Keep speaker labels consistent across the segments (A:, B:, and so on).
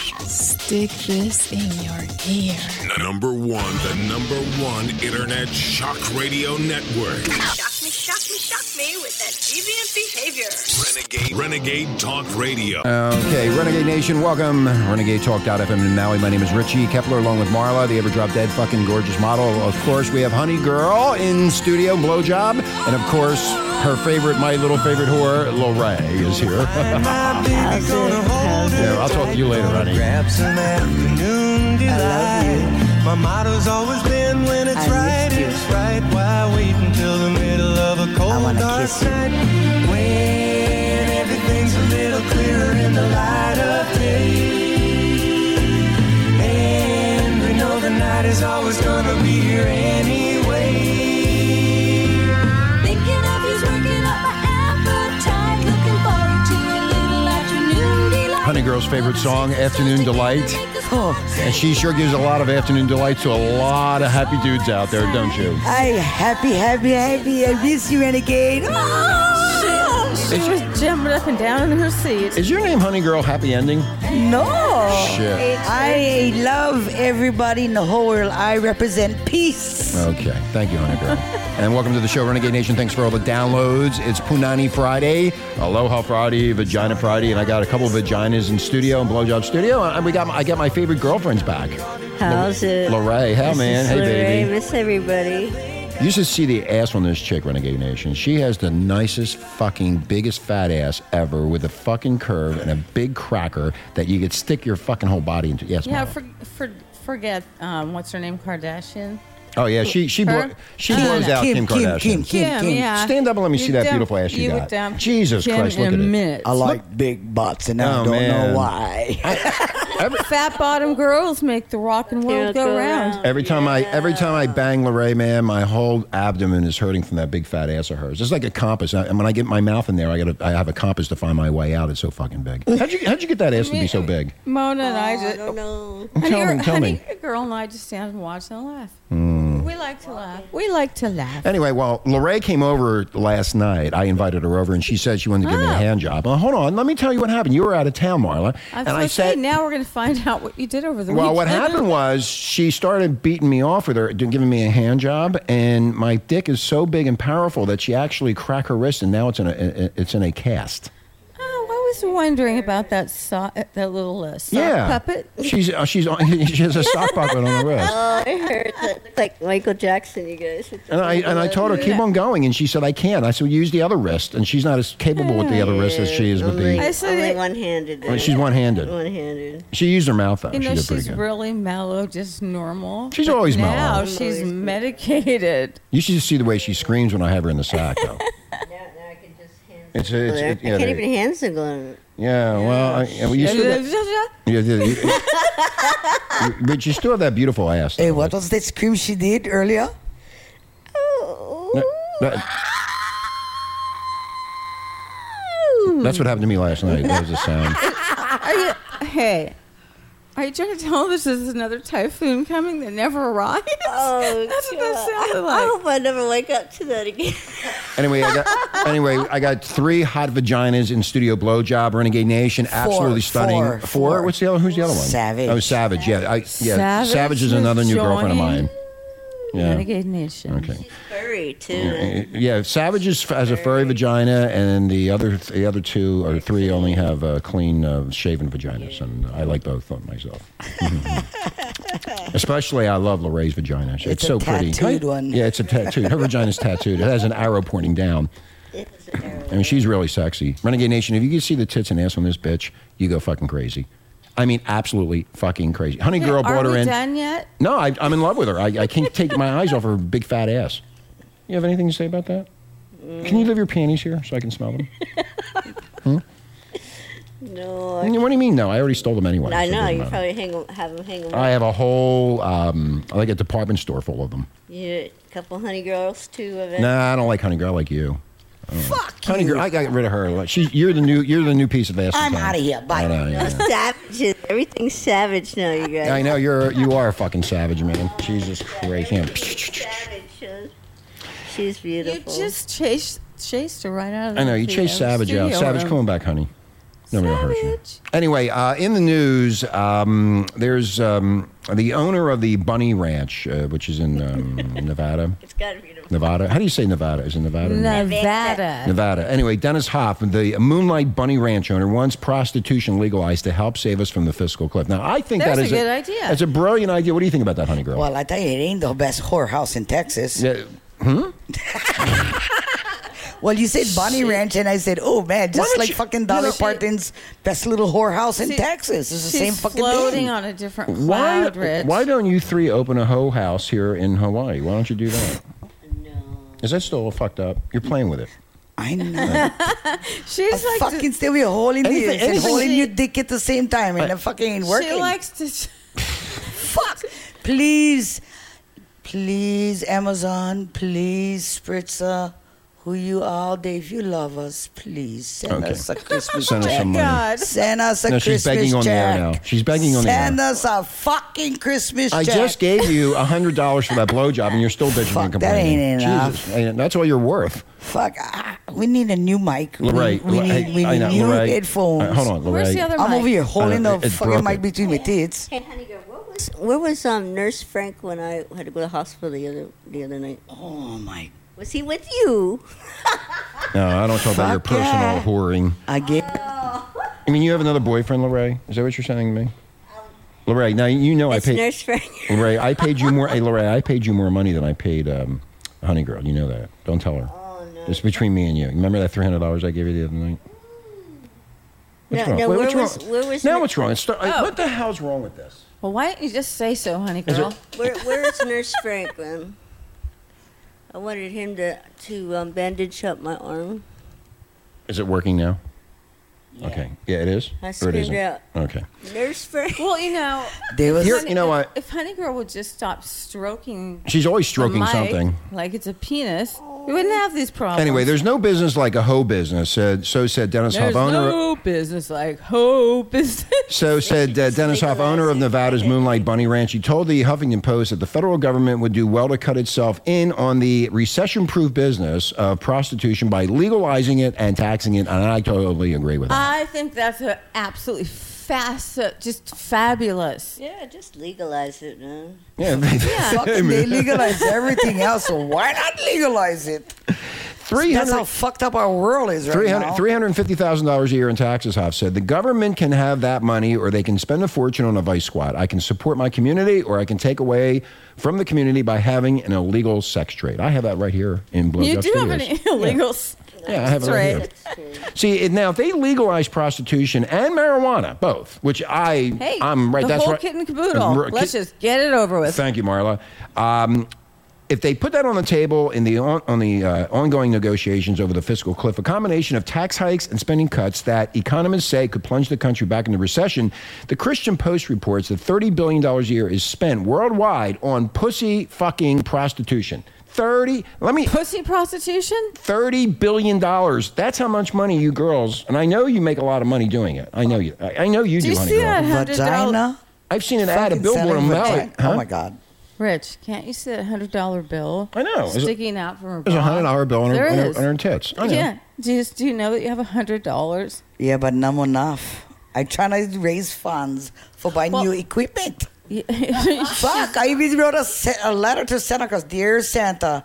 A: Stick this in your ear.
B: Number one, the number one internet shock radio network.
C: Shock me, shock me, shock me with that deviant behavior.
B: Renegade, Renegade Talk Radio.
D: Okay, Renegade Nation, welcome. RenegadeTalk.fm in Maui. My name is Richie Kepler, along with Marla, the ever drop dead fucking gorgeous model. Of course, we have Honey Girl in studio, blowjob. And of course, her favorite, my little favorite whore, Lil Ray, is here. yeah,
E: How's it? How's it?
D: I'll talk to you later, honey.
E: Grab some afternoon delight. My motto's always been when it's
F: I miss
E: right,
F: you.
E: it's right. Why wait until the middle of a cold
F: wanna
E: dark
F: kiss you.
E: night? When everything's a little clearer in the light of day. And we know the night is always gonna be here anyway.
C: Thinking of you's working up my appetite. Looking forward to a little afternoon delight.
D: Honey Girl's favorite song, Afternoon Delight. And she sure gives a lot of afternoon delight to a lot of happy dudes out there, don't you?
F: Hi, happy, happy, happy. I miss you, Renegade. Ah!
G: She was jumping up and down in her seat.
D: Is your name Honey Girl Happy Ending?
F: No.
D: Shit.
F: I love everybody in the whole world. I represent peace.
D: Okay. Thank you, Honey Girl. and welcome to the show, Renegade Nation. Thanks for all the downloads. It's Punani Friday, Aloha Friday, Vagina Friday, and I got a couple of vaginas in studio and blowjob studio. And we got my, I got my favorite girlfriends back.
G: How's it?
D: Lorraine, how
G: This
D: man?
G: is
D: Hey
G: Lorraine.
D: baby.
G: Miss everybody.
D: You should see the ass on this chick, Renegade Nation. She has the nicest fucking biggest fat ass ever with a fucking curve and a big cracker that you could stick your fucking whole body into. Yes,
G: Yeah,
D: Mama.
G: for, for, forget um, what's her name, Kardashian.
D: Oh yeah, she she
G: Her?
D: blo- she
G: Uh,
D: blows out Kim,
F: Kim, Kim,
D: Kardashian.
F: Kim, Kim.
G: yeah.
D: Stand up and let me
G: You
D: see that
G: dump-
D: beautiful ass you
G: would
D: got.
G: dump
D: Jesus
G: Kim
D: Christ, look
G: in
D: at it.
G: minutes.
F: I like big butts, and I
D: Oh,
F: don't
D: man.
F: know why.
D: Every,
G: Fat bottom girls make the rock and world
H: It'll
G: go,
H: go
G: round.
H: round.
D: every time I every time I bang Lorraine, man, my whole abdomen is hurting from that big fat ass of hers. It's like a compass. I, and when I get my mouth in there, I got I have a compass to find my way out. It's so fucking big. How'd you how'd you get that ass to be so big?
G: Mona and I just.
H: don't know.
G: honey,
D: Tell
G: her-
D: me, tell
G: honey,
D: me. Hmm.
G: your girl and I just stand and watch and laugh. We like to laugh. We like to laugh.
D: Anyway, well, Lorraine came over last night. I invited her over, and she said she wanted to give me a
G: Oh.
D: hand job. Well, hold on, let me tell you what happened. You were out of town, Marla,
G: I was
D: and I
G: like, hey,
D: said
G: now we're going to find out what you did over the
D: Well,
G: weekend.
D: what happened was she started beating me off with her, giving me a hand job, and my dick is so big and powerful that she actually cracked her wrist, and now it's in a it's in a cast.
G: Oh, I was wondering about that so- that little uh, sock
D: yeah,
G: puppet.
D: She's uh, she's on, she has a sock puppet on her wrist,
H: Oh, I heard that. Looks like Michael Jackson, you guys. It's
D: and I and I told her keep on going, and she said I can't. I said "Well, use the other wrist, and she's not as capable with the other wrist as she is with
H: only,
D: the.
G: I said
H: only
G: it-
H: one-handed.
D: Well, she's one-handed.
H: One-handed.
D: She used her mouth though.
G: You know,
D: she did pretty
G: she's
D: good.
G: really mellow, just normal.
D: She's
G: But
D: always
G: now
D: mellow.
G: she's medicated.
D: you should see the way she screams when I have her in the sack though.
H: Now, now I can just hand.
D: It's, it's,
H: Well,
D: it-
H: I
D: yeah,
H: can't
D: they-
H: even hand single him.
D: yeah, well, I, I mean, you still got- Yeah, yeah, you- but you still have that beautiful ass.
F: hey,
D: though.
F: what was that scream she did earlier?
D: No, no. That's what happened to me last night. That was a sound.
G: Are you, hey, are you trying to tell us there's another typhoon coming that never arrives?
H: Oh,
G: That's what
H: God.
G: that sounded
H: I
I: Oh.
G: like.
H: hope I never wake up to that again.
D: Anyway, I got, anyway, I got three hot vaginas in studio blowjob. Renegade Nation, absolutely stunning.
F: four, four.
D: What's the other? Who's the other one?
F: Savage.
D: Oh, Savage. Yeah, I, yeah. Savage,
G: Savage
D: is
G: is
D: another new girlfriend of
G: joining.
D: mine. Yeah.
G: Renegade Nation.
D: Okay.
H: Furry too.
D: Yeah, Savage is, has a furry vagina, and the other the other two or three only have uh, clean uh, shaven vaginas, and I like both of them myself. Mhm. Especially, I love Lorraine's vagina. It's,
F: It's a
D: so pretty.
F: tattooed one.
D: Yeah, it's a tattoo. Her vagina's tattooed. It has an arrow pointing down.
H: It's an arrow.
D: I mean, she's really sexy. Renegade Nation, if you can see the tits and ass on this bitch, you go fucking crazy. I mean, absolutely fucking crazy. Honey
G: Hey,
D: Girl
G: are
D: brought her
G: we
D: in.
G: done yet?
D: No, I, I'm in love with her. I, I can't take my eyes off her big fat ass. You have anything to say about that? Can you leave your panties here so I can smell them?
H: No, I,
D: what do you mean? No, I already stole them anyway.
H: I
D: so it
H: know.
D: doesn't
H: You
D: matter.
H: probably hang 'em- have them hang 'em
D: I
H: up.
D: have a whole um, like a department store full of them.
H: Yeah, a couple honey girls too of it.
D: Nah, I don't like Honey Girl I like you. Fuck Honey Girl, I got rid of her. Like, She's you're the new you're the new piece of ass. in
F: I'm
D: town.
F: outta here. Bye.
D: I know, yeah.
H: Savage. Everything's savage now, you guys.
D: I know you're you are a fucking savage man. Jesus Christ. Yeah.
H: Savage. She's
G: You
H: beautiful.
G: just chased chased her right out of.
D: I know
G: the
D: you chased
G: studio-
D: Savage out.
G: studio
D: Savage,
G: room.
D: come on back, honey. Nobody will hurt you. Anyway, uh, in the news, um, there's um, the owner of the Bunny Ranch, uh, which is in um, Nevada.
H: It's gotta be the
D: Nevada. How do you say Nevada? Is it Nevada? or
I: Nevada.
D: Nevada. Anyway, Dennis Hoff, the Moonlight Bunny Ranch owner, wants prostitution legalized to help save us from the fiscal cliff. Now, I think
G: That's
D: that
G: a
D: is
G: good idea.
D: That's a brilliant idea. What do you think about that, honey girl?
I: Well, I tell you, it ain't the best whorehouse in Texas.
D: yeah,
I: Well, you said Bonnie Ranch, and I said, oh man, just
D: would
I: like
D: you-
I: fucking
D: you
I: Dolly
D: know, she-
I: Parton's best little whorehouse in
G: She-
I: Texas. It's the
G: She's
I: same fucking
G: floating
I: thing.
G: on a different
D: why,
G: cloud, Rich.
D: why don't you three open a hoe house here in Hawaii? Why don't you do that?
H: no.
D: Is that still fucked up? You're playing with it.
I: I know.
G: She's like to-
I: fucking still be holding the
D: Anything-
I: ears and
D: anything-
I: holding your dick at the same time, and it fucking ain't working.
G: She likes to.
I: Fuck! Please, please, Amazon, please, Spritzer, who you all day, if you love us, please send
D: Okay.
I: us a Christmas
D: Send us
I: check.
D: some money.
G: God.
I: Send us a
D: No, she's
I: Christmas
D: begging on the air
I: check.
D: now. She's begging on the air.
I: Send us a fucking Christmas
D: I
I: check.
D: just gave you hundred dollars for that blowjob, and you're still bitching
I: Fuck,
D: and
I: that
D: complaining.
I: ain't enough.
D: Jesus, ain't- that's all you're worth.
I: Fuck. ah, we need a new mic. We-
D: Lorraine,
I: We,
D: Lor-
I: need,
D: hey,
I: we
D: I
I: need
D: know,
I: new
D: Lorraine.
I: headphones.
D: Uh, hold on, Lorraine.
G: Where's the other
I: I'm
G: mic?
I: over here holding
D: Uh,
I: the
D: it's
I: fucking
D: broken.
I: mic between my tits.
H: Hey, honey, girl, what was where was um Nurse Frank when I had to go to the hospital the other the other night?
I: Oh my.
H: Was he with you?
D: No, I don't talk about your
I: Fuck
D: personal
I: yeah.
D: whoring.
I: I get.
D: I mean, you have another boyfriend, Lorraine. Is that what you're saying to me?
H: Um,
D: Lorraine, now you know I
H: That's
D: paid.
H: Nurse Frank.
D: Lorraine, I paid you more. Hey, Lorraine, I paid you more money than I paid um, Honey Girl. You know that. Don't tell her.
H: Oh no.
D: It's between me and you. Remember that three hundred dollars I gave you the other night?
H: No,
D: What's wrong?
H: no,
D: Wait,
H: where
D: what's
H: was-
D: wrong?
H: where was
D: now
H: Nur-
D: what's wrong? It's start,
G: Oh.
D: What the hell's wrong with this?
G: Well, why don't you just say so, honey
D: Is
G: girl?
D: it-
H: Where where is Nurse Frank, man? I wanted him to to um, bandage up my arm.
D: Is it working now? Okay. Yeah, it is.
H: I
D: or it
H: screamed
D: isn't.
H: out,
D: Okay.
H: Nurse Frank.
G: Well, you know,
I: There was.
D: Here, you know what?
G: if Honey Girl would just stop stroking,
D: She's always
G: the
D: stroking
G: mic
D: something.
G: like it's a penis, we wouldn't have these problems.
D: Anyway, there's no business like a hoe business. Uh, so said Dennis
G: There's
D: Hoff, owner.
G: no business like hoe business.
D: so said uh, Dennis Hoff, owner of Nevada's Moonlight Bunny Ranch. He told the Huffington Post that the federal government would do well to cut itself in on the recession-proof business of prostitution by legalizing it and taxing it. And I totally agree with that.
G: I think that's a absolutely fast, just fabulous.
H: Yeah, just legalize it, man.
D: yeah.
I: Fucking they legalize everything else, so why not legalize it?
D: Three
I: That's
D: hundred
I: how fucked up our world is right
D: 300
I: now.
D: $350,000 a year in taxes, Hoff said. The government can have that money or they can spend a fortune on a vice squad. I can support my community or I can take away from the community by having an illegal sex trade. I have that right here in Blue
G: you do have an illegal. s-
D: Yeah, I have it right here.
G: trade.
D: See, it- now if they legalize prostitution and marijuana, both, which I,
G: Hey,
D: I'm right,
G: The
D: that's
G: whole
D: right.
G: kit and caboodle.
D: Right,
G: Let's
D: kit-
G: just get it over with.
D: Thank you, Marla. Um, if they put that on the table in the on, on the uh, ongoing negotiations over the fiscal cliff, a combination of tax hikes and spending cuts that economists say could plunge the country back into recession, the Christian Post reports that thirty billion dollars a year is spent worldwide on pussy fucking prostitution. Thirty. Let me.
G: Pussy prostitution?
D: Thirty billion dollars. That's how much money you girls. And I know you make a lot of money doing it. I know you. I, I know you do,
G: Do you
D: honey
G: see
D: girl.
G: that hundred dollar?
I: Vagina.
D: I've seen an ad, a
I: Fucking
D: billboard
I: selling
D: on Maui.
I: vagina. Oh my god.
G: Rich, can't you see that hundred dollar bill?
D: I know. Is it-
G: Sticking out from her.
D: There's a
G: bra?
D: hundred dollar bill on her,
G: There
D: on her,
G: is.
D: on her tits. I know.
G: Yeah. Do you, do you know that you have a hundred dollars?
I: Yeah, but not enough. I trying to raise funds for buying
G: Well-
I: new equipment.
G: That's
I: Fuck! I even wrote a, se- a letter to Santa Claus. Dear Santa,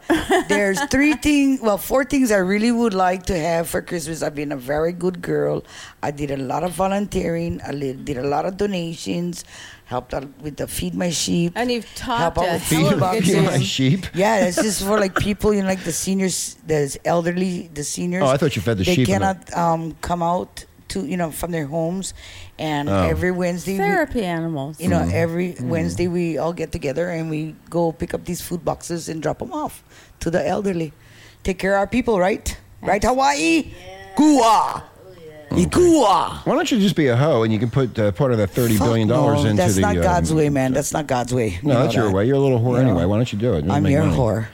I: there's three things, well, four things I really would like to have for Christmas. I've been a very good girl. I did a lot of volunteering. I li- did a lot of donations. Helped out with the feed my sheep.
G: And you've topped
I: help out
G: a
I: with
G: hell
I: feed
G: of a
I: boxes.
G: good
D: Feed my sheep.
I: Yeah, it's just for like people, you know, like the seniors, the elderly, the seniors.
D: Oh, I thought you fed the
I: they
D: sheep in
I: cannot um, come out to you know from their homes, and
D: Oh.
I: every Wednesday we-
G: Therapy animals.
I: you know,
D: Mm.
I: every Wednesday we all get together and we go pick up these food boxes and drop them off to the elderly. Take care of our people, right? Right, Hawaii? Kua. Ikua.
D: Why don't you just be a hoe and you can put uh, part of that thirty billion dollars
I: no,
D: into
I: that's
D: the.
I: not
D: um,
I: God's way, man. That's not God's way. You
D: No,
I: know
D: that's your
I: that.
D: way. You're a little whore
I: You know,
D: anyway. Why don't you do it? It'll
I: I'm
D: make
I: your
D: money.
I: whore.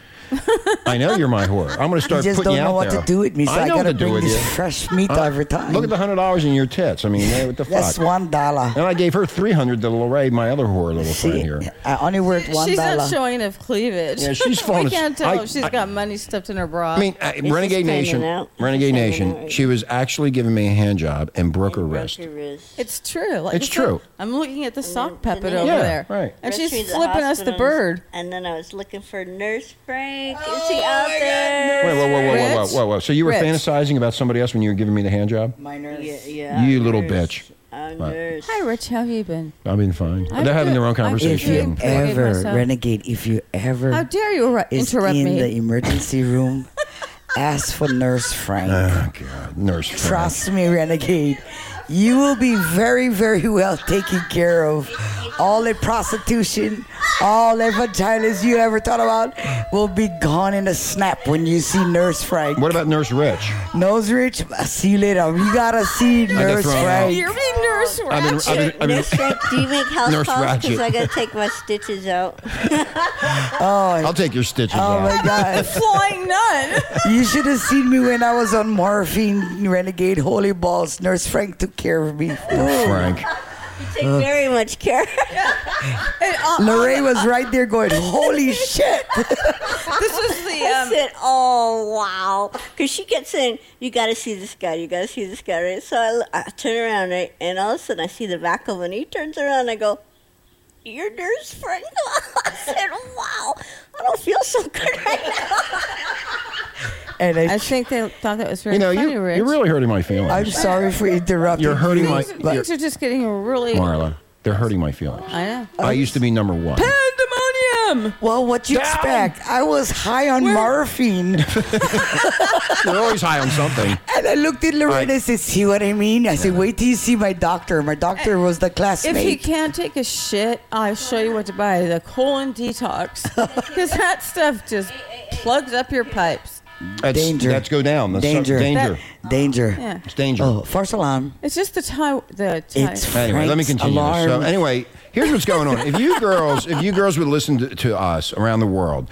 D: I know you're my whore. I'm going to start
I: just
D: putting
I: don't
D: you out
I: know what to
D: there.
I: do with me, so I
D: know
I: gotta
D: what to do
I: bring
D: with
I: this
D: you.
I: fresh meat every time.
D: Look at the hundred dollars in your tits. I mean, eh, what the fuck?
I: That's one dollar.
D: And I gave her three hundred to Lorraine, my other whore, little friend
I: See,
D: here.
I: I only worth one
G: she's
I: dollar.
G: not showing enough cleavage.
D: Yeah, she's falling
G: we can't
D: as-
G: tell
D: I-
G: if she's
D: I-
G: got money stuffed in her bra.
D: I mean, uh, Renegade
H: hanging
D: Nation,
H: out. It's
D: Renegade
H: just hanging
D: Nation.
H: out.
D: She was actually giving me a hand job and broke her wrist.
H: Broke her wrist.
G: it's true. Like
D: It's
G: I said,
D: true.
G: I'm looking at the sock puppet
H: then-
G: over
D: Yeah,
G: there,
D: right.
G: And
H: Rushed
G: she's
H: me to
G: flipping us the
H: hospital,
G: bird.
H: And then I was looking for Nurse Frank. Is he out there?
D: Wait, whoa, whoa, whoa, whoa, whoa,
G: Rich?
D: whoa, whoa! So you were
G: Rich.
D: fantasizing about somebody else when you were giving me the hand job?
I: Minor.
H: Yeah, yeah,
D: You
H: I'm
D: little
H: nurse.
D: bitch.
H: I'm
D: Right.
H: nurse.
G: Hi, Rich. How have you been?
D: I've been fine.
G: I'm
D: They're having
G: good.
D: their own
G: I'm
I: If
D: conversation.
G: good.
I: you
G: Shame.
I: ever
G: Forgive myself.
I: renegade, if you ever
G: How dare you ru-
I: is
G: interrupt
I: in
G: me?
I: the emergency room, ask for Nurse Frank.
D: Oh God, nurse. Frank.
I: Trust me, renegade. You will be very, very well taken care of. All the prostitution, all the vaginas you ever thought about will be gone in a snap when you see Nurse Frank.
D: What about Nurse Rich?
I: Nose Rich, I see you later. You gotta see Nurse
D: thrown out.
I: Frank.
G: You're being nurse
D: I've been,
G: ratchet.
D: I've been, I've been,
H: Nurse Frank, do you make house
D: Nurse
H: calls?
D: Ratchet.
H: Because I got to take my stitches out.
D: I'll take your stitches
I: Oh
D: out.
I: my God.
G: Flying nun.
I: You should have seen me when I was on morphine, renegade, holy balls. Nurse Frank took care of me.
D: Frank.
H: You
D: Uh,
H: take very much care.
I: Lorraine was right there going, holy shit.
G: This was the
H: I
G: um,
H: said, "Oh wow," because she kept saying, "You got to see this guy. You got to see this guy." Right? So I, I turn around, right, and all of a sudden I see the back of him. And he turns around. I go, "Your nurse friend." I said, "Wow, I don't feel so good right now."
I: And I,
G: I think they thought that was very
D: You know,
G: funny,
D: you,
G: Rich.
D: you're really hurting my feelings,
I: I'm sorry for interrupting.
D: You're hurting
I: you,
D: my-
I: but
G: Things are just getting really.
D: Marla. They're hurting my feelings.
G: I know.
D: I used to be number one.
G: Pandemonium.
I: well, what you
D: Down.
I: expect? I was high on morphine,
D: You're always high on something.
I: and I looked at Lorraine. and I said, "See what I mean?" I said, "Wait till you see my doctor." My doctor was the
G: If
I: classmate.
G: you can't take a shit, I'll show you what to buy the colon detox. Because that stuff just plugs up your pipes.
D: That's,
I: Danger.
D: That's go down. That's
I: danger,
D: danger.
I: danger.
G: Yeah.
D: It's danger.
I: Oh, first alarm.
G: It's just the time. The time.
I: It's
D: Anyway, let me
I: Frank's
D: continue. this. So
I: alarm.
D: anyway, here's what's going on. If you girls, if you girls would listen to, to us around the world,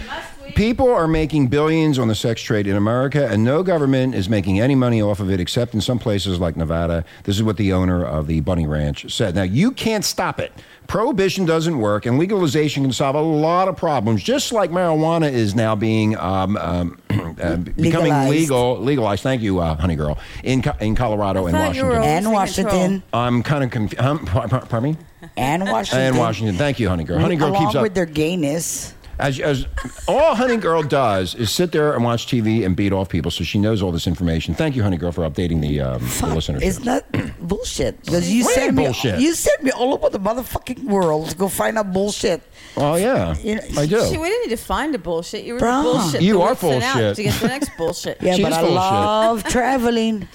D: people are making billions on the sex trade in America, and no government is making any money off of it, except in some places like Nevada. This is what the owner of the Bunny Ranch said. Now you can't stop it. Prohibition doesn't work, and legalization can solve a lot of problems, just like marijuana is now being um, um, uh, becoming
I: Legalized.
D: legal. Legalized. Thank you, uh, honey girl, in Co- in Colorado and
G: thought you were
D: Washington.
I: and
G: Losing
I: Washington,
D: I'm kind of confused. Um, par- par- pardon me?
I: and Washington,
D: And Washington. Thank you, Honey Girl. Honey Girl
I: along
D: keeps up.
I: with their gayness.
D: as, as All Honey Girl does is sit there and watch TV and beat off people, so she knows all this information. Thank you, Honey Girl, for updating the, um, the listeners.
I: It's not bullshit. Because you
D: What
I: sent
D: ain't
I: me,
D: bullshit?
I: you sent me all over the motherfucking world to go find out bullshit.
D: oh, yeah.
I: You know-
D: I do.
G: See, we didn't need to find a bullshit. You were
I: Bruh.
G: the bullshit.
D: You
G: that
D: are
G: we sent out
D: bullshit.
G: To get the next bullshit.
I: Yeah,
D: She's
I: but I
D: full of shit.
I: love traveling.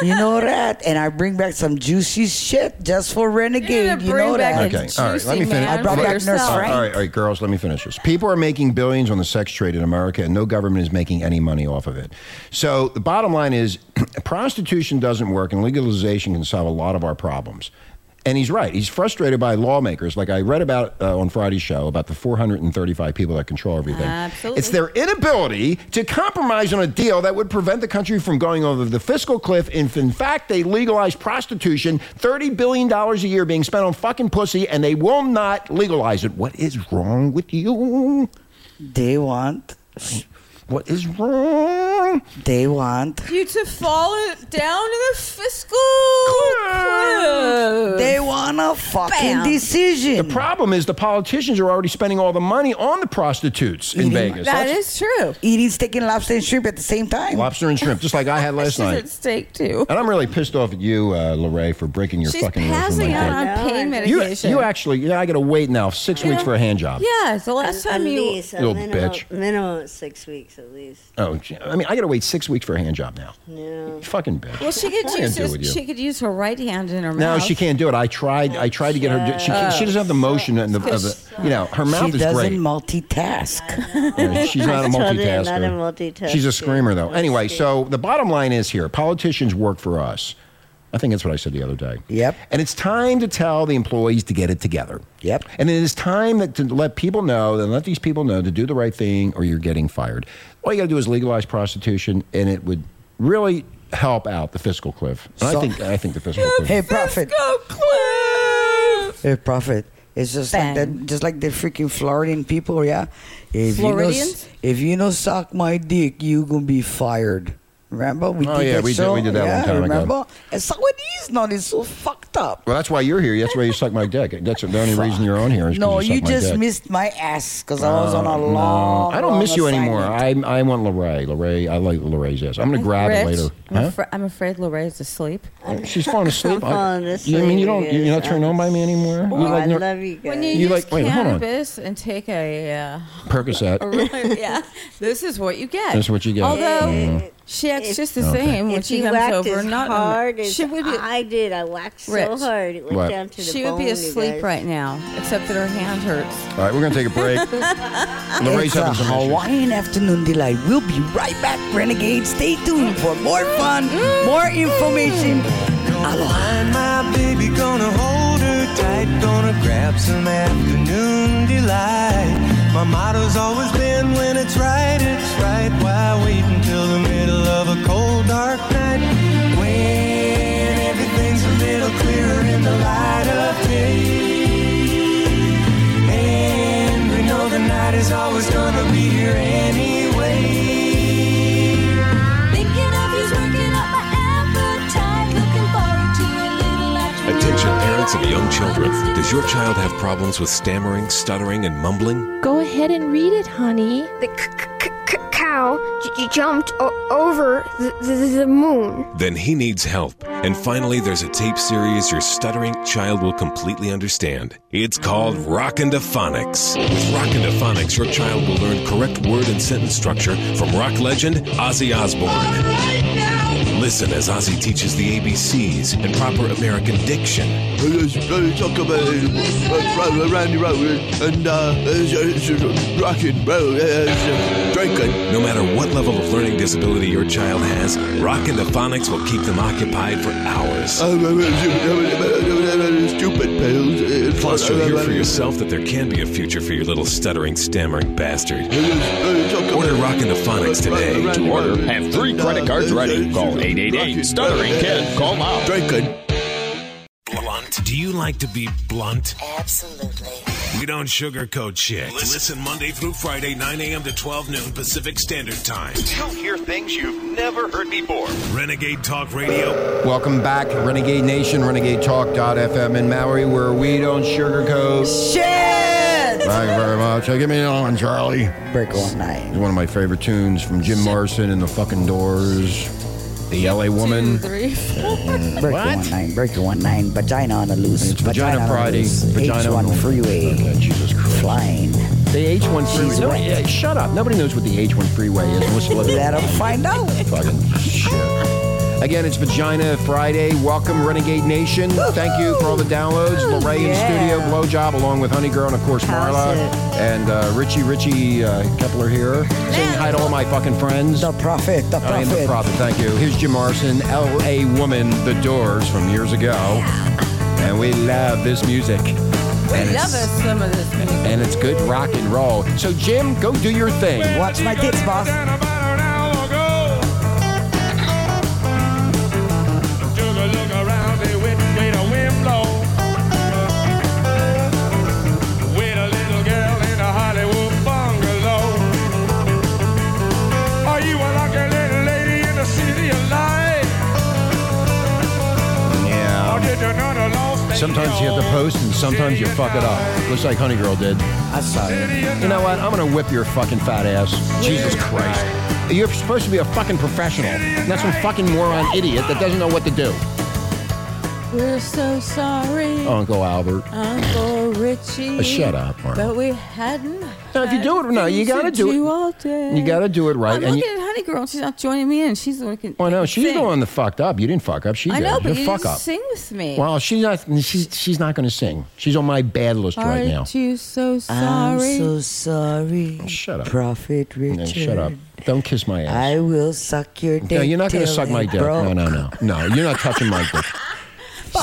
I: You know that, and I bring back some juicy shit just for
G: You're gonna
I: renegade. You
G: bring
I: know
G: back
I: that.
G: a
D: Okay, all right, let me
G: juicy
D: finish.
G: man
I: I brought
G: for
I: back Nurse
G: yourself.
D: All right,
I: Frank.
D: all right, all right, girls, let me finish this. People are making billions on the sex trade in America, and no government is making any money off of it. So the bottom line is prostitution doesn't work, and legalization can solve a lot of our problems. And he's right. He's frustrated by lawmakers. Like I read about uh, on Friday's show about the 435 people that control everything.
G: Absolutely.
D: It's their inability to compromise on a deal that would prevent the country from going over the fiscal cliff if, in fact, they legalize prostitution, $30 billion a year being spent on fucking pussy, and they will not legalize it. What is wrong with you?
I: They want,
D: What is wrong?
I: they want,
G: You to fall down to the fiscal cliff.
I: they want a fucking
G: Bam.
I: decision.
D: The problem is the politicians are already spending all the money on the prostitutes in Vegas.
G: That
D: That's
G: is true.
I: Eating steak and lobster and shrimp at the same time.
D: lobster and shrimp, just like I had last
G: She's at
D: night.
G: stake too.
D: And I'm really pissed off at you, uh, Lorraine, for breaking your
G: She's
D: fucking rules with
G: passing
D: my
G: out
D: kid.
G: on pain
D: You,
G: medication.
D: you actually, yeah, I got to wait now six weeks for a hand job.
G: Yeah, it's the last
H: at
G: time you.
H: least a
D: little
H: minimum,
D: bitch.
H: minimum six weeks at least.
D: Oh, gee, I mean, I got to wait six weeks for a hand job now.
H: No.
D: Fucking bitch.
G: Hmm. Well, she could
D: What am I gonna
G: use
D: do
G: this-
D: with you?
G: she could use her right hand in her
D: No,
G: mouth.
D: she can't do it. I tried. I tried to get her. to- She, can't- she doesn't have the motion and the, of the you know. Her mouth
I: she
D: is
I: doesn't
D: great.
I: multitask.
D: Yeah, she's not a
H: Totally
D: multitasker.
H: not a multitasker.
D: She's a screamer though. Anyway,
H: She's-
D: so the bottom line is here: politicians work for us. I think that's what I said the other day.
E: Yep.
D: And it's time to tell the employees to get it together.
E: Yep.
D: And it is time that to let people know and let these people know to do the right thing or you're getting fired. All you got to do is legalize prostitution and it would really help out the fiscal cliff. And I
E: So-
D: think I think the fiscal cliff.
E: Hey, prophet.
G: Go Cliff.
E: Hey, prophet. It's just like
G: Bang.
E: that, just like the freaking Floridian people, yeah. If you know,
G: Floridians?
E: s- if you know, suck my dick, you gonna be fired. Remember we
D: Oh,
E: did
D: yeah,
E: that
D: we did-
E: show?
D: we did that a long
E: yeah,
D: time ago.
E: remember? And so it is not. It's so fucked up.
D: Well, that's why you're here. That's why you suck my dick. That's the only reason you're on here. Is 'cause
E: No, you,
D: suck my
E: just
D: dick. Oh,
E: missed my ass because I was on a
D: No,
E: long.
D: I don't
E: long
D: miss you anymore.
E: assignment.
D: I I want Lorray. Lorray, I like Lorray's ass. I'm gonna grab it
G: Rich,
D: later. Oh,
G: I'm, afra- I'm afraid Lorraine's asleep.
D: She's falling asleep. I-
J: falling asleep,
D: You mean you don't? You're not turned on by me
H: uh,
D: anymore?
J: Oh,
D: you like
J: I
D: no-
J: love you guys.
G: When you,
D: You
G: use
D: like- wait, hold on.
G: cannabis and take a, uh,
D: Percocet.
G: yeah, this is what you get.
D: That's what you get.
G: Although
D: Mhm.
G: she acts
J: If-
G: just the
D: Okay.
G: same when
J: if
G: she
J: you
G: comes
J: whacked
G: over.
J: as
G: Not
J: hard as
G: she would be.
J: I did, I whacked so
G: Rich.
J: hard it went
D: What?
J: down to the
G: she
J: bone.
G: would be
J: you
G: asleep
J: guys.
G: right now, except that her hand hurts.
D: All right, we're gonna take a break. Lorray's
E: It's a
D: having some issues.
E: Hawaiian afternoon delight. We'll be right back, Renegade. Stay tuned for more fun, more information. Aloha.
I: Find my baby, gonna hold her tight, gonna grab some afternoon delight. My motto's always been when it's right, it's right. Why wait until the middle of a cold, dark night? When everything's a little clearer in the light of day. And we know the night is always gonna be here anyway.
H: Thinking of you's working up my appetite. Looking forward to a little afternoon
B: Attention, parents of young children.
H: delight.
B: Does your child have problems with stammering, stuttering, and mumbling?
K: Go ahead and read it, honey.
C: The c- c- c- cow j- j- jumped o- over the, the, the moon.
B: Then he needs help. And finally, there's a tape series your stuttering child will completely understand. It's called Rockin' to Phonics. With Rockin' to Phonics, your child will learn correct word and sentence structure from rock legend Ozzy Osbourne. Listen as Ozzy teaches the ABCs and proper American diction.
I: talk about Randy and uh, rocking, bro, drinking.
B: No matter what level of learning disability your child has, Rockin' the Phonics will keep them occupied for hours.
I: Oh, Stupid pills.
B: Plus, you'll
I: oh,
B: hear for yourself that there can be a future for your little stuttering, stammering bastard. Order Rockin' the Phonics today.
L: To order, have three credit cards ready. Call 888 Stuttering Kid. Call now.
B: Blunt. Do you like to be blunt? Absolutely. We don't sugarcoat shit. Listen Monday through Friday, 9 a.m. to 12 noon Pacific Standard Time.
L: You'll hear things you've never heard before.
B: Renegade Talk Radio.
D: Welcome back, Renegade Nation, RenegadeTalk.fm in Maui, where we don't sugarcoat.
E: Shit!
D: Thank you very much. Hey, give me another one, Charlie.
E: Break all night.
D: It's one of my favorite tunes from Jim Morrison and the fucking Doors, the LA Woman.
G: Two, three, four.
E: Break
D: What?
E: one nine. Break one nine. Vagina on the loose.
D: It's Vagina
E: on the
D: Friday.
E: loose.
D: Vagina
E: H1 freeway.
D: Okay, Jesus Christ.
E: Flying.
D: The H1 freeway. Nobody, yeah, shut up. Nobody knows what the H1 freeway is. Unless you live in
E: Let them find out.
D: fucking shit. Again, it's Vagina Friday. Welcome, Renegade Nation. Thank you for all the downloads. Lorraine Studio Blowjob, along with Honey Girl, and of course, Marla. And uh, Richie, Richie uh, Kepler here. Saying hi to all my fucking friends.
E: The prophet. The
D: I am the prophet.
E: prophet.
D: Thank you. Here's Jim Morrison, L.A. Woman, The Doors from years ago, and we love this music. and
G: Love
D: it's,
G: us some of this music.
D: And it's good rock and roll. So Jim, go do your thing.
E: Watch my tits, boss.
D: Yeah. Sometimes you have to post, and sometimes you fuck it up. Looks like Honey Girl did.
E: I saw you.
D: You know what? I'm gonna whip your fucking fat ass. Jesus Christ. You're supposed to be a fucking professional. And that's some fucking moron idiot that doesn't know what to do.
G: We're so sorry,
D: Uncle Albert.
G: Uncle Richie.
D: Oh. Uh, shut up, Marla.
G: But we hadn't.
D: No, if you do it, no, you
G: had
D: gotta
G: things
D: do it.
G: All day.
D: You gotta do it right.
G: I'm
D: and
G: looking
D: you-
G: at Honey honey girl, and she's not joining me in. She's the one who can.
D: Well, no, she's
G: sing.
D: the one that fucked up. You didn't fuck up. She
G: I
D: did.
G: know, but
D: You're
G: you
D: fuck
G: didn't
D: up.
G: sing with me.
D: Well, she's not. She's she's not going to sing. She's on my bad list right
G: Aren't
D: now.
G: you so sorry?
I: so sorry.
D: Oh, Shut up,
I: Prophet Richard.
D: Yeah, shut up. Don't kiss my ass.
I: I will suck your dick.
D: no, you're not going to
I: till
D: suck my
I: it
D: dick. No,
I: broke.
D: no, no, no. You're not touching my dick.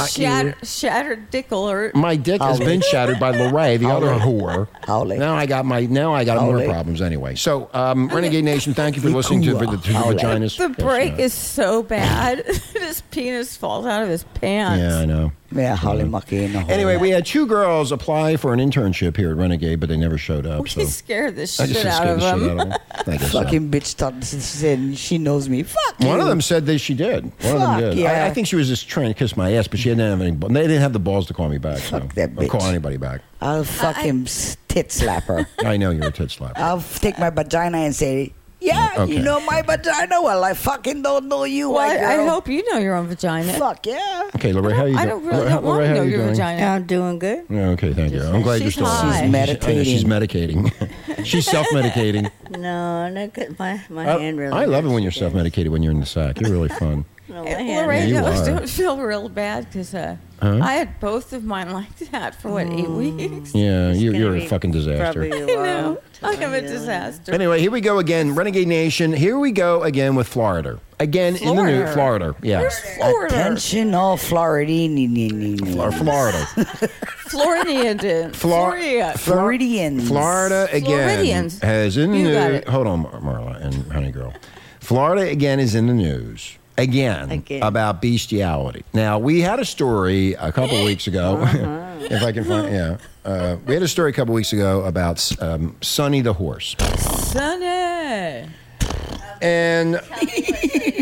G: Shatter, shattered dick alert.
D: My dick has
G: Ollie.
D: been shattered by Lorraine, the other whore.
I: Ollie.
D: Now I got my now I got more
I: Ollie.
D: problems anyway. So, um, Renegade Nation, thank you for listening to, the- to the
I: Ollie.
D: vaginas.
G: The break is so bad. his penis falls out of his pants.
D: Yeah, I know.
I: Yeah, Holly Mucky in the hole.
D: Anyway, we had two girls apply for an internship here at Renegade, but they never showed up. So.
G: He scared the
D: I just
G: shit
D: scared
G: out of
D: the shit
G: him.
D: out of them. I guess so.
I: Fucking bitch thought she said she knows me. Fuck
D: One of
I: you.
D: them said that she did. One of them
I: Fuck
D: did. I,
I: yeah.
D: I think she was just trying to kiss my ass, but she didn't have any. They didn't have the balls to call me back. so,
I: that
D: Or call
I: bitch.
D: anybody back.
I: I'll fuck him, s- tit slapper.
D: I know you're a tit slap.
E: Uh,
I: I'll f- take my vagina and say, yeah,
D: Okay.
I: you know my vagina. Well, I fucking don't know you,
G: Well,
I: white
G: I, I
I: girl.
G: hope you know your own vagina.
I: Fuck yeah.
D: Okay, Lorraine, how are you
G: I
D: doing?
G: don't really
D: Lorraine,
G: don't want
D: Lorraine,
G: to
D: how
G: know
D: are you
G: your
D: doing?
G: vagina.
M: I'm doing good.
D: Yeah, okay, thank you. I'm glad you're
G: She's
D: still
G: high.
D: alive.
I: She's
D: I know, She's medicating. she's self medicating.
H: No, not good. My my
D: I,
H: hand really.
D: I love it when you're
H: hurts
D: self medicated when you're in the sack. You're really
H: again.
D: fun.
H: No, my
G: And
H: hand.
G: Lorraine,
D: Yeah, you
G: I
D: are.
G: don't feel real bad because uh,
D: Huh? Mm.
G: I had both of mine like that for what eight weeks.
D: Yeah, you,
H: gonna
D: you're a
H: be
D: fucking disaster.
H: probably uh, a
G: I know.
H: while.
G: I am a disaster.
D: Anyway, here we go again. Renegade Nation, here we go again with Florida. Again in the new
G: Florida.
D: Florida. Yeah.
G: Where's Florida?
I: Attention, all Floridian.
D: Or Florida.
G: Floridian. Florida.
I: Floridians.
D: Florida again
G: Floridians.
D: has in the
G: You got
D: news.
G: it.
D: Hold on, Mar- Marla and Honey Girl. Florida again is in the news again,
H: Again.
D: about bestiality. Now we had a story a couple weeks ago,
G: Uh-huh.
D: if I can find. Yeah, uh, we had a story a couple weeks ago about um, Sonny the horse,
G: Sunny.
D: and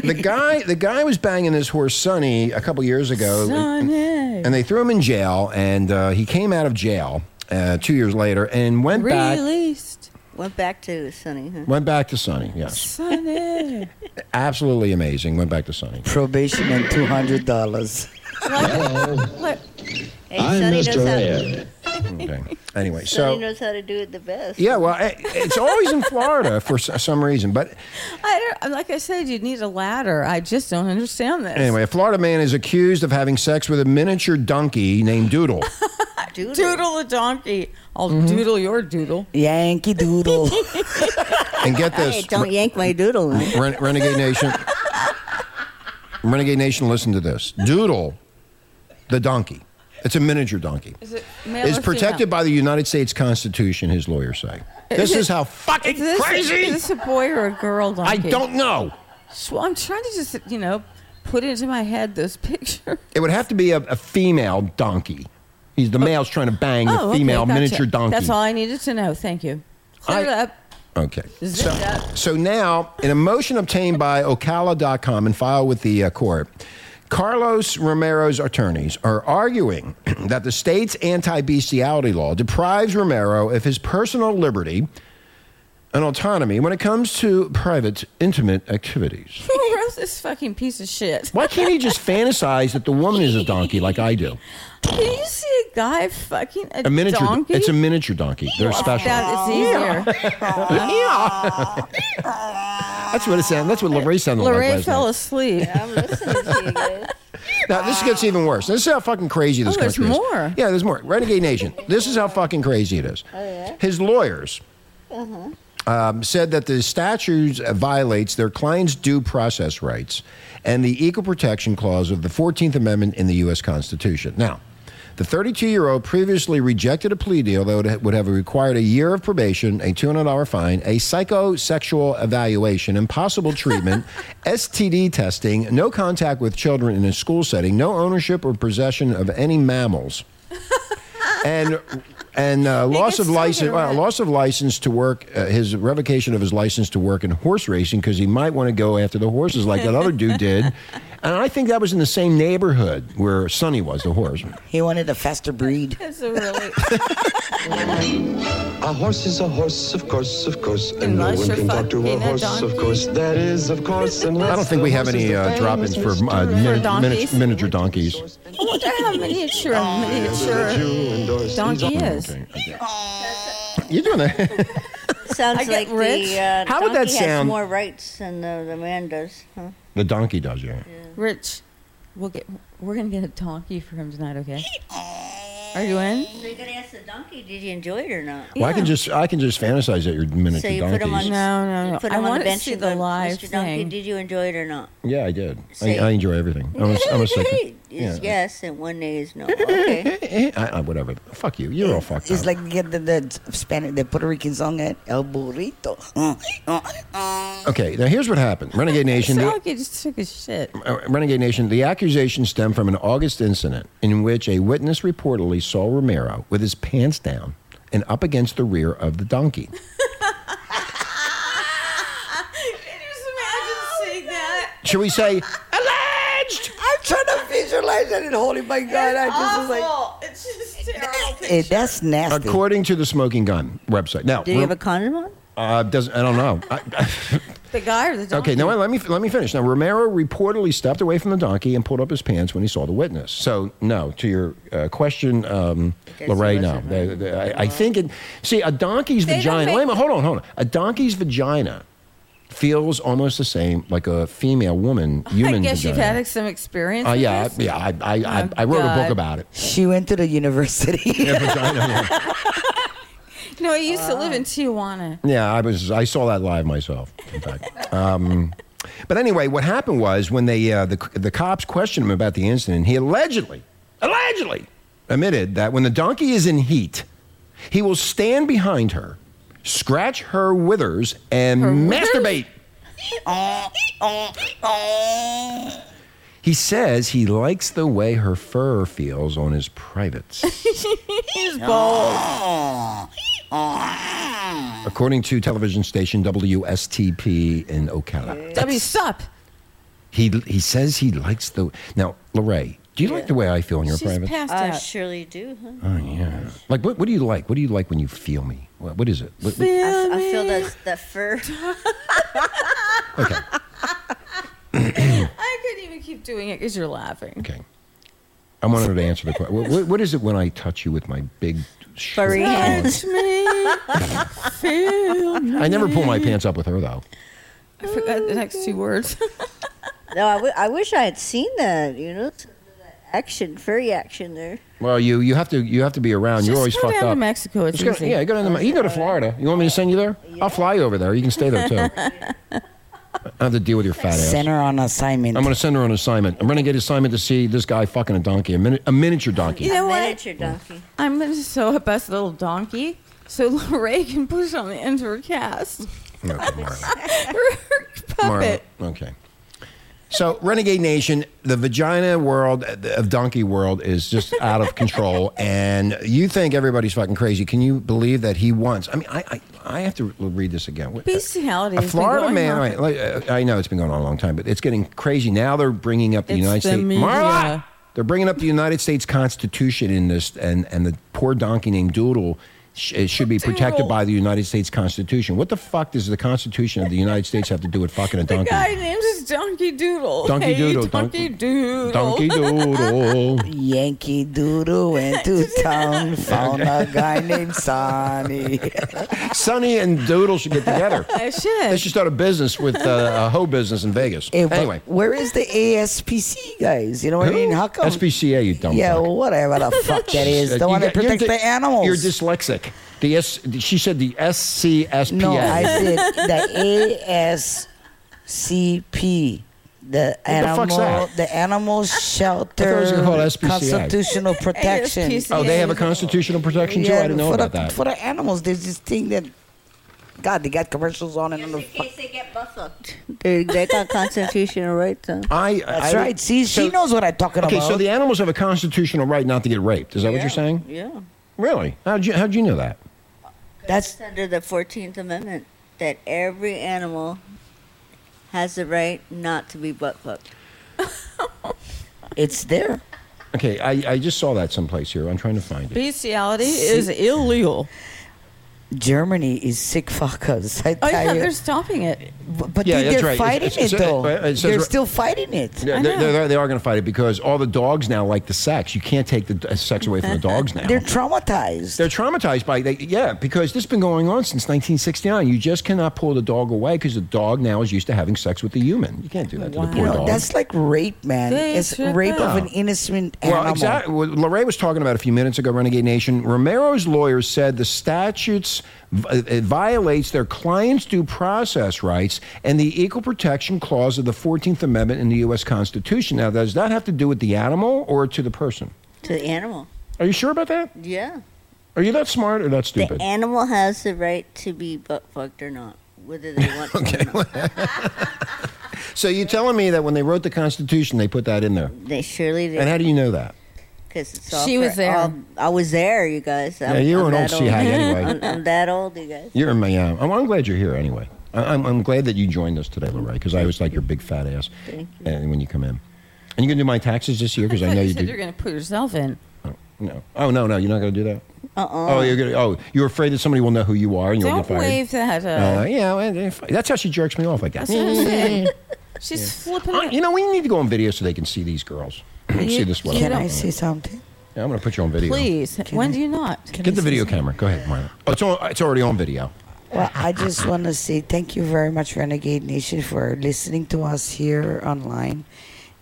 D: the guy the guy was banging this horse Sonny a couple years ago.
G: Sunny.
D: And they threw him in jail, and uh, he came out of jail uh, two years later and went back
G: Released.
H: Went back to Sunny. Huh?
D: went back to Sonny. Yes,
G: Sunny.
D: absolutely amazing. Went back to Sonny.
I: Probation and $200.
G: Look,
H: Hey, Sunny knows how. Sunny
D: Okay. Anyway, so
H: knows how to do it the best.
D: yeah, well, it, it's always in Florida for s- some reason, but
G: I don't. Like I said, you need a ladder. I just don't understand this.
D: anyway, a Florida man is accused of having sex with a miniature donkey named Doodle.
H: Doodle.
G: doodle the donkey. I'll
D: Mm-hmm.
G: doodle your doodle.
I: Yankee Doodle.
D: And get
H: Hey,
D: this,
H: don't yank my doodle. man.
D: Ren- Renegade Nation, Renegade Nation, listen to this. Doodle, the donkey. It's a miniature donkey.
G: Is it male
D: Is
G: or
D: protected
G: female?
D: by the United States Constitution, his lawyers say. This
G: Is it-
D: is how fucking
G: Is this,
D: crazy.
G: Is this a boy or a girl
D: I
G: donkey?
D: don't know.
G: So I'm trying to just you know put into my head this picture.
D: It would have to be a, a female donkey. He's the male's trying to bang the
G: Oh. okay,
D: female
G: gotcha.
D: miniature donkey.
G: That's all I needed to know. Thank you. Clear it
D: I-
G: up.
D: Okay.
G: Zip it up.
D: So now, in a motion obtained by Ocala.com and filed with the uh, court, Carlos Romero's attorneys are arguing that the state's anti bestiality law deprives Romero of his personal liberty and autonomy when it comes to private, intimate activities.
G: Who wrote this fucking piece of shit?
D: Why can't he just fantasize that the woman is a donkey like I do?
G: Can you see a guy fucking a,
D: A miniature.
G: donkey?
D: It's a miniature donkey. They're special.
G: That is easier.
D: Yeah. that's what it sounded. That's what Lorraine sounded
G: Lorraine
D: like. last
G: fell
D: night.
G: asleep.
H: I'm listening to you guys.
D: Now this gets even worse. This is how fucking crazy this
G: Oh, there's
D: country
G: more. Oh,
D: is. Yeah, there's more. Renegade Nation. This is how fucking crazy it is. His lawyers um, said that the statute violates their client's due process rights and the equal protection clause of the 14th Amendment in the U.S. Constitution. Now, the 32 year old previously rejected a plea deal that would- would have required a year of probation, a $200 fine, a psychosexual evaluation, impossible treatment, STD testing, no contact with children in a school setting, no ownership or possession of any mammals and and uh, loss
G: gets
D: of
G: so
D: license,
G: good at
D: well,
G: it.
D: loss of license to work, uh, his revocation of his license to work in horse racing because he might want to go after the horses like that other dude did, and I think that was in the same neighborhood where Sonny was the horse.
I: he wanted a faster breed.
G: It's a really
N: A horse is a horse, of course, of course, and no
G: Unless
N: one
G: you're
N: can talk to a
G: fucking a
N: horse, of
G: donkey.
N: course. That is, of course, unless.
D: I don't think
N: the
D: we have
N: horse is
D: any
N: the
D: uh,
N: famous
D: drop-ins for uh,
N: Mr.
D: mini- mini-
G: donkeys?
D: miniature donkeys.
G: I wonder how miniature a miniature
D: Oh,
N: Jew endorsed.
G: donkey is.
D: You're doing that.
H: It sounds
G: I get
H: like
G: rich.
H: the uh,
D: How would that
H: donkey has
D: sound?
H: more rights than the, the man does. Huh?
D: The donkey does, yeah.
G: Rich, we'll get we're gonna get a donkey for him tonight, okay? Are you in?
H: So you gotta ask the donkey, did you enjoy it or not?
D: Well, I can just I can just fantasize that you're miniature
H: So you put
D: donkeys.
H: him on
G: No, no,
H: you
G: no.
H: Put
G: I
H: him on
G: wanna
H: the bench
G: see
H: and
G: the
H: go,
G: live
H: Mr. Donkey,
G: thing."
H: did you enjoy it or not?
D: Yeah, I did. I,
H: See?
D: I enjoy everything. I'm a, I'm a sucker.
H: Is
D: Yeah.
H: yes and one day is no. Okay.
D: Eh, I, I, whatever. Fuck you. You're all fucked
I: It's
D: up.
I: like get the, the Spanish, the Puerto Rican song at El Burrito. Mm, mm, mm.
D: okay, now here's what happened. Renegade Nation. the-
G: Donkey just took his shit.
D: Uh, Renegade Nation, the accusation stemmed from an August incident in which a witness reportedly saw Romero with his pants down and up against the rear of the donkey.
G: Can you just imagine seeing that?
D: Should we say,
I: Alleged! I'm trying to visualize it and holy my God. I just was like,
G: it's just terrible.
I: Eh, that's nasty.
D: according to the Smoking Gun website? Now,
H: Did you have
D: Ro-
H: a condom on?
D: uh, doesn't, I don't know. I,
G: The guy or the donkey?
D: Okay, now let me let me finish. Now Romero reportedly stepped away from the donkey and pulled up his pants when he saw the witness. So no, to your uh, question, um,
B: guess
D: Lorraine,
B: he
D: no.
B: wasn't
D: They- they- I, I think it. See, a donkey's
G: They don't
D: vagina.
G: make-
D: Wait a minute, hold on, hold on. A donkey's vagina feels almost the same like a female woman human
G: I guess
D: vagina.
G: you've had some experience.
D: Uh,
G: with
D: yeah,
G: this?
D: yeah. I, I, I, I wrote a
G: God.
D: book about it.
I: She went to the university.
D: Yeah, vagina, yeah.
G: No, I used to live in Tijuana.
D: Yeah, I was. I saw that live myself. In fact. Um, but anyway, what happened was when they uh, the the cops questioned him about the incident, he allegedly allegedly admitted that when the donkey is in heat, he will stand behind her, scratch her withers, and masturbate. He says he likes the way her fur feels on his privates.
G: He's bald.
D: According to television station WSTP in Ocala.
G: W, stop.
D: He he says he likes the now, Lorray. Do you like the way I feel in your
G: She's
D: private?
G: passed
H: I
G: out.
H: surely do. Huh?
D: oh yeah. Like what? What do you like? What do you like when you feel me? What, what is it? What- what-
H: I,
G: Feel
H: f- I
G: me.
H: feel that that fur.
D: okay.
G: I couldn't even keep doing it because you're laughing.
D: Okay. I wanted her to answer the question. What, what, what is it when I touch you with my big Oh, short
H: Furry
D: hands?
G: Touch me. Feel me.
D: I never pull my pants up with her though.
G: I forgot the next two words.
H: No, I, w- I wish I had seen that. You know, Some of that action, furry action there.
D: Well, you you have to you have to be around. You're
G: Just
D: always
G: go
D: fucked
G: down to
D: up.
G: Mexico, it's
D: Just go-
G: easy.
D: yeah, go down to Me- you can go to Florida. You want me to send you there? I'll fly you over there. You can stay there too. I have to deal with your fat ass.
I: Send her on assignment.
D: I'm going to send her on assignment. I'm going to get assignment to see this guy fucking a donkey, a, mini- a miniature donkey.
G: You know
H: a
G: what?
H: miniature donkey.
G: I'm going to sew a best little donkey so Lorraine can put it on the end of her cast.
D: Okay, Marla.
G: her
D: Marla,
G: puppet.
D: Okay. So, Renegade Nation, the vagina world uh, of donkey world is just out of control, and you think everybody's fucking crazy. Can you believe that he once? I mean, I I, I have to read this again. What-
G: Bestiality.
D: A
G: has been
D: Florida
G: going
D: man.
G: on
D: Right,
G: for-
D: like, uh, I know it's been going on a long time, but it's getting crazy now. They're bringing up the
G: It's
D: United
G: the
D: States.
G: media.
D: Marla! They're bringing up the United States Constitution in this, and and the poor donkey named Doodle sh- it should be protected
G: Doodle.
D: by the United States Constitution. What the fuck does the Constitution of the United States have to do with fucking a
G: The
D: donkey?
G: guy names his Donkey Doodle.
D: Donkey
G: Hey,
D: Doodle,
G: Donkey
D: donkey-
G: Doodle.
D: Donkey Doodle.
I: Yankee Doodle went to town, found a guy named Sonny.
D: Sonny and Doodle should get together.
G: I
D: They
G: should.
D: should start a business with uh, a hoe business in Vegas.
I: Hey, but
D: anyway,
I: where is the ASPC guys? You know what I mean? How come?
D: SPCA, you dumb
I: yeah,
D: fuck. Uh,
I: whatever the fuck that is. The
D: You
I: one that
D: got- you're
I: protects
D: di-
I: the animals.
D: You're dyslexic. The S, she said the SCSPA.
I: No, I said the ASCP, the
D: the
I: animal,
D: fuck's that?
I: the animal
D: I thought it was
I: shelter
D: called SPCA.
I: constitutional protection.
G: ASPCA.
D: Oh, they have a constitutional protection too. I didn't know
I: for
D: about
I: the,
D: that.
I: For the animals, there's this thing that, God, they got commercials on and on the fuck.
H: they get buffed. They, they got constitutional rights. Huh?
D: I,
I: That's
D: I-
I: right. See,
D: so-
I: she knows what I'm talking
D: Okay,
I: about.
D: so the animals have a constitutional right not to get raped. Is that what
H: Yeah,
D: you're saying?
H: Yeah.
D: Really? How'd you How'd you know that?
I: That's
H: It's under the 14th Amendment that every animal has the right not to be butt fucked.
I: it's there.
D: Okay, I, I just saw that someplace here. I'm trying to find it.
G: Bestiality is illegal.
I: Germany is sick fuckers. I
G: Oh
I: tell
G: yeah,
I: you.
G: they're stopping it.
I: But, but they- they're fighting it, though. they're still fighting it.
D: They're, they're, they're, they are going to fight it because all the dogs now like the sex. You can't take the uh, sex away from the dogs now.
I: They're traumatized.
D: They're traumatized by they, yeah, because this has been going on since 1969. You just cannot pull the dog away because the dog now is used to having sex with the human. You can't do that to the
I: You
D: poor
I: know,
D: dog.
I: that's like rape, man.
D: They
I: it's
D: should
I: rape
D: go.
I: of an innocent
D: Well,
I: animal.
D: exactly. What Larray was talking about a few minutes ago, Renegade Nation. Romero's lawyers said the statutes v- uh, it violates their clients' due process rights and the equal protection clause of the Fourteenth Amendment in the U.S. Constitution. Now, does that have to do with the animal or to the person?
H: To the animal.
D: Are you sure about that?
H: Yeah.
D: Are you that smart or that stupid?
H: The animal has the right to be butt fucked or not, whether they want to or not.
D: so you're telling me that when they wrote the Constitution, they put that in there?
H: They surely did.
D: And how do you know that?
H: Because it's all
G: She
H: for-
G: was there.
H: all- I was there, you guys.
D: Yeah, you were an old
H: that
D: sea hag anyway.
H: I'm, I'm that old, you guys.
D: You're in Miami. I'm, I'm glad you're here anyway. I- I'm, I'm glad that you joined us today, Lorraine, because I was like your big fat ass
G: Thank
D: and when you come in. And you can do my taxes this year because I,
G: thought
D: know
G: you
D: you
G: said
D: do.
G: you're going to put yourself in.
D: No. Oh no, no, you're not going to do that.
H: Uh-uh.
G: Uh
D: Oh, you're gonna. Oh, you're afraid that somebody will know who you are and you'll
G: Don't
D: get fired.
G: wave that.
D: Uh,
G: Uh,
D: yeah, well, if- that's how she jerks me off like that.
G: That's what I'm saying. She's flipping.
D: Uh, you know, we need to go on video so they can see these girls. see this one.
I: Can I see something?
D: Yeah, I'm going to put you on video.
G: Please. when do you not?
D: Get the video camera. Go ahead, Marla. Oh, it's, on, it's already on video.
I: Well, I just want to say thank you very much, Renegade Nation, for listening to us here online.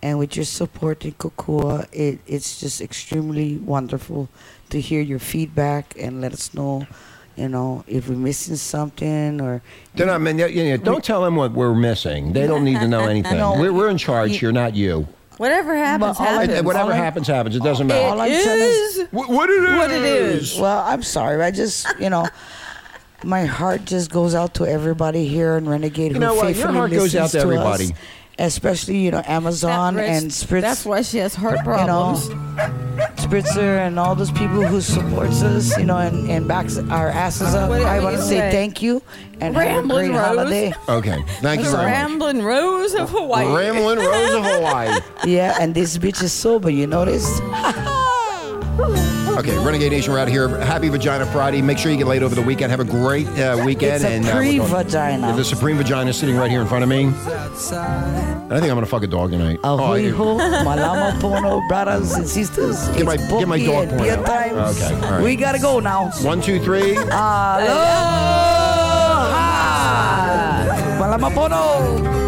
I: And with your support in Kokua, it, it's just extremely wonderful to hear your feedback and let us know, you know, if we're missing something or.
D: They're not. men- Yeah, yeah, don't tell them what we're missing. They don't need to know anything.
I: No.
D: we're, we're in charge here, not you.
G: Whatever happens, happens.
D: It- whatever happens, happens. It doesn't matter.
I: All I'm saying is-
D: Wh- what it is.
I: What it is. Well, I'm sorry. I just, you know, my heart just goes out to everybody here in Renegade
D: You
I: who
D: know what? Your
I: faithfully
D: heart goes out
I: listens
D: to everybody.
I: us, especially you know Amazon
G: That
I: and
G: wrist-
I: Spritz.
G: that's why she has
I: you
G: heart
I: know,
G: problems.
I: Spritzer and all those people who supports us, you know, and, and backs our asses up.
G: Whatever
I: I
G: you
I: want to say
G: say.
I: thank you and have a
G: Ramblin'
I: great
G: Rose.
I: holiday.
D: Okay. Thank you
I: Sorry.
D: very much.
G: Ramblin' Rose of Hawaii.
D: Ramblin' Rose of Hawaii.
I: Yeah, and this bitch is sober. You notice?
D: Okay, Renegade Nation, we're out of here. Happy Vagina Friday. Make sure you get laid over the weekend. Have a great uh, weekend.
I: It's a
D: and uh, we're going-
I: pre-vagina.
D: the Supreme Vagina is sitting right here in front of me. And I think I'm going to fuck a dog tonight. Oh, I-
I: Hijo, Malama Pono, brothers and sisters.
D: Get my,
I: it's
D: get my
I: Pokey
D: dog
I: and
D: porn
I: beer
D: out.
I: time.
D: Okay, all right.
I: We gotta go now.
D: One, two, three.
I: Aloha! Malama Pono.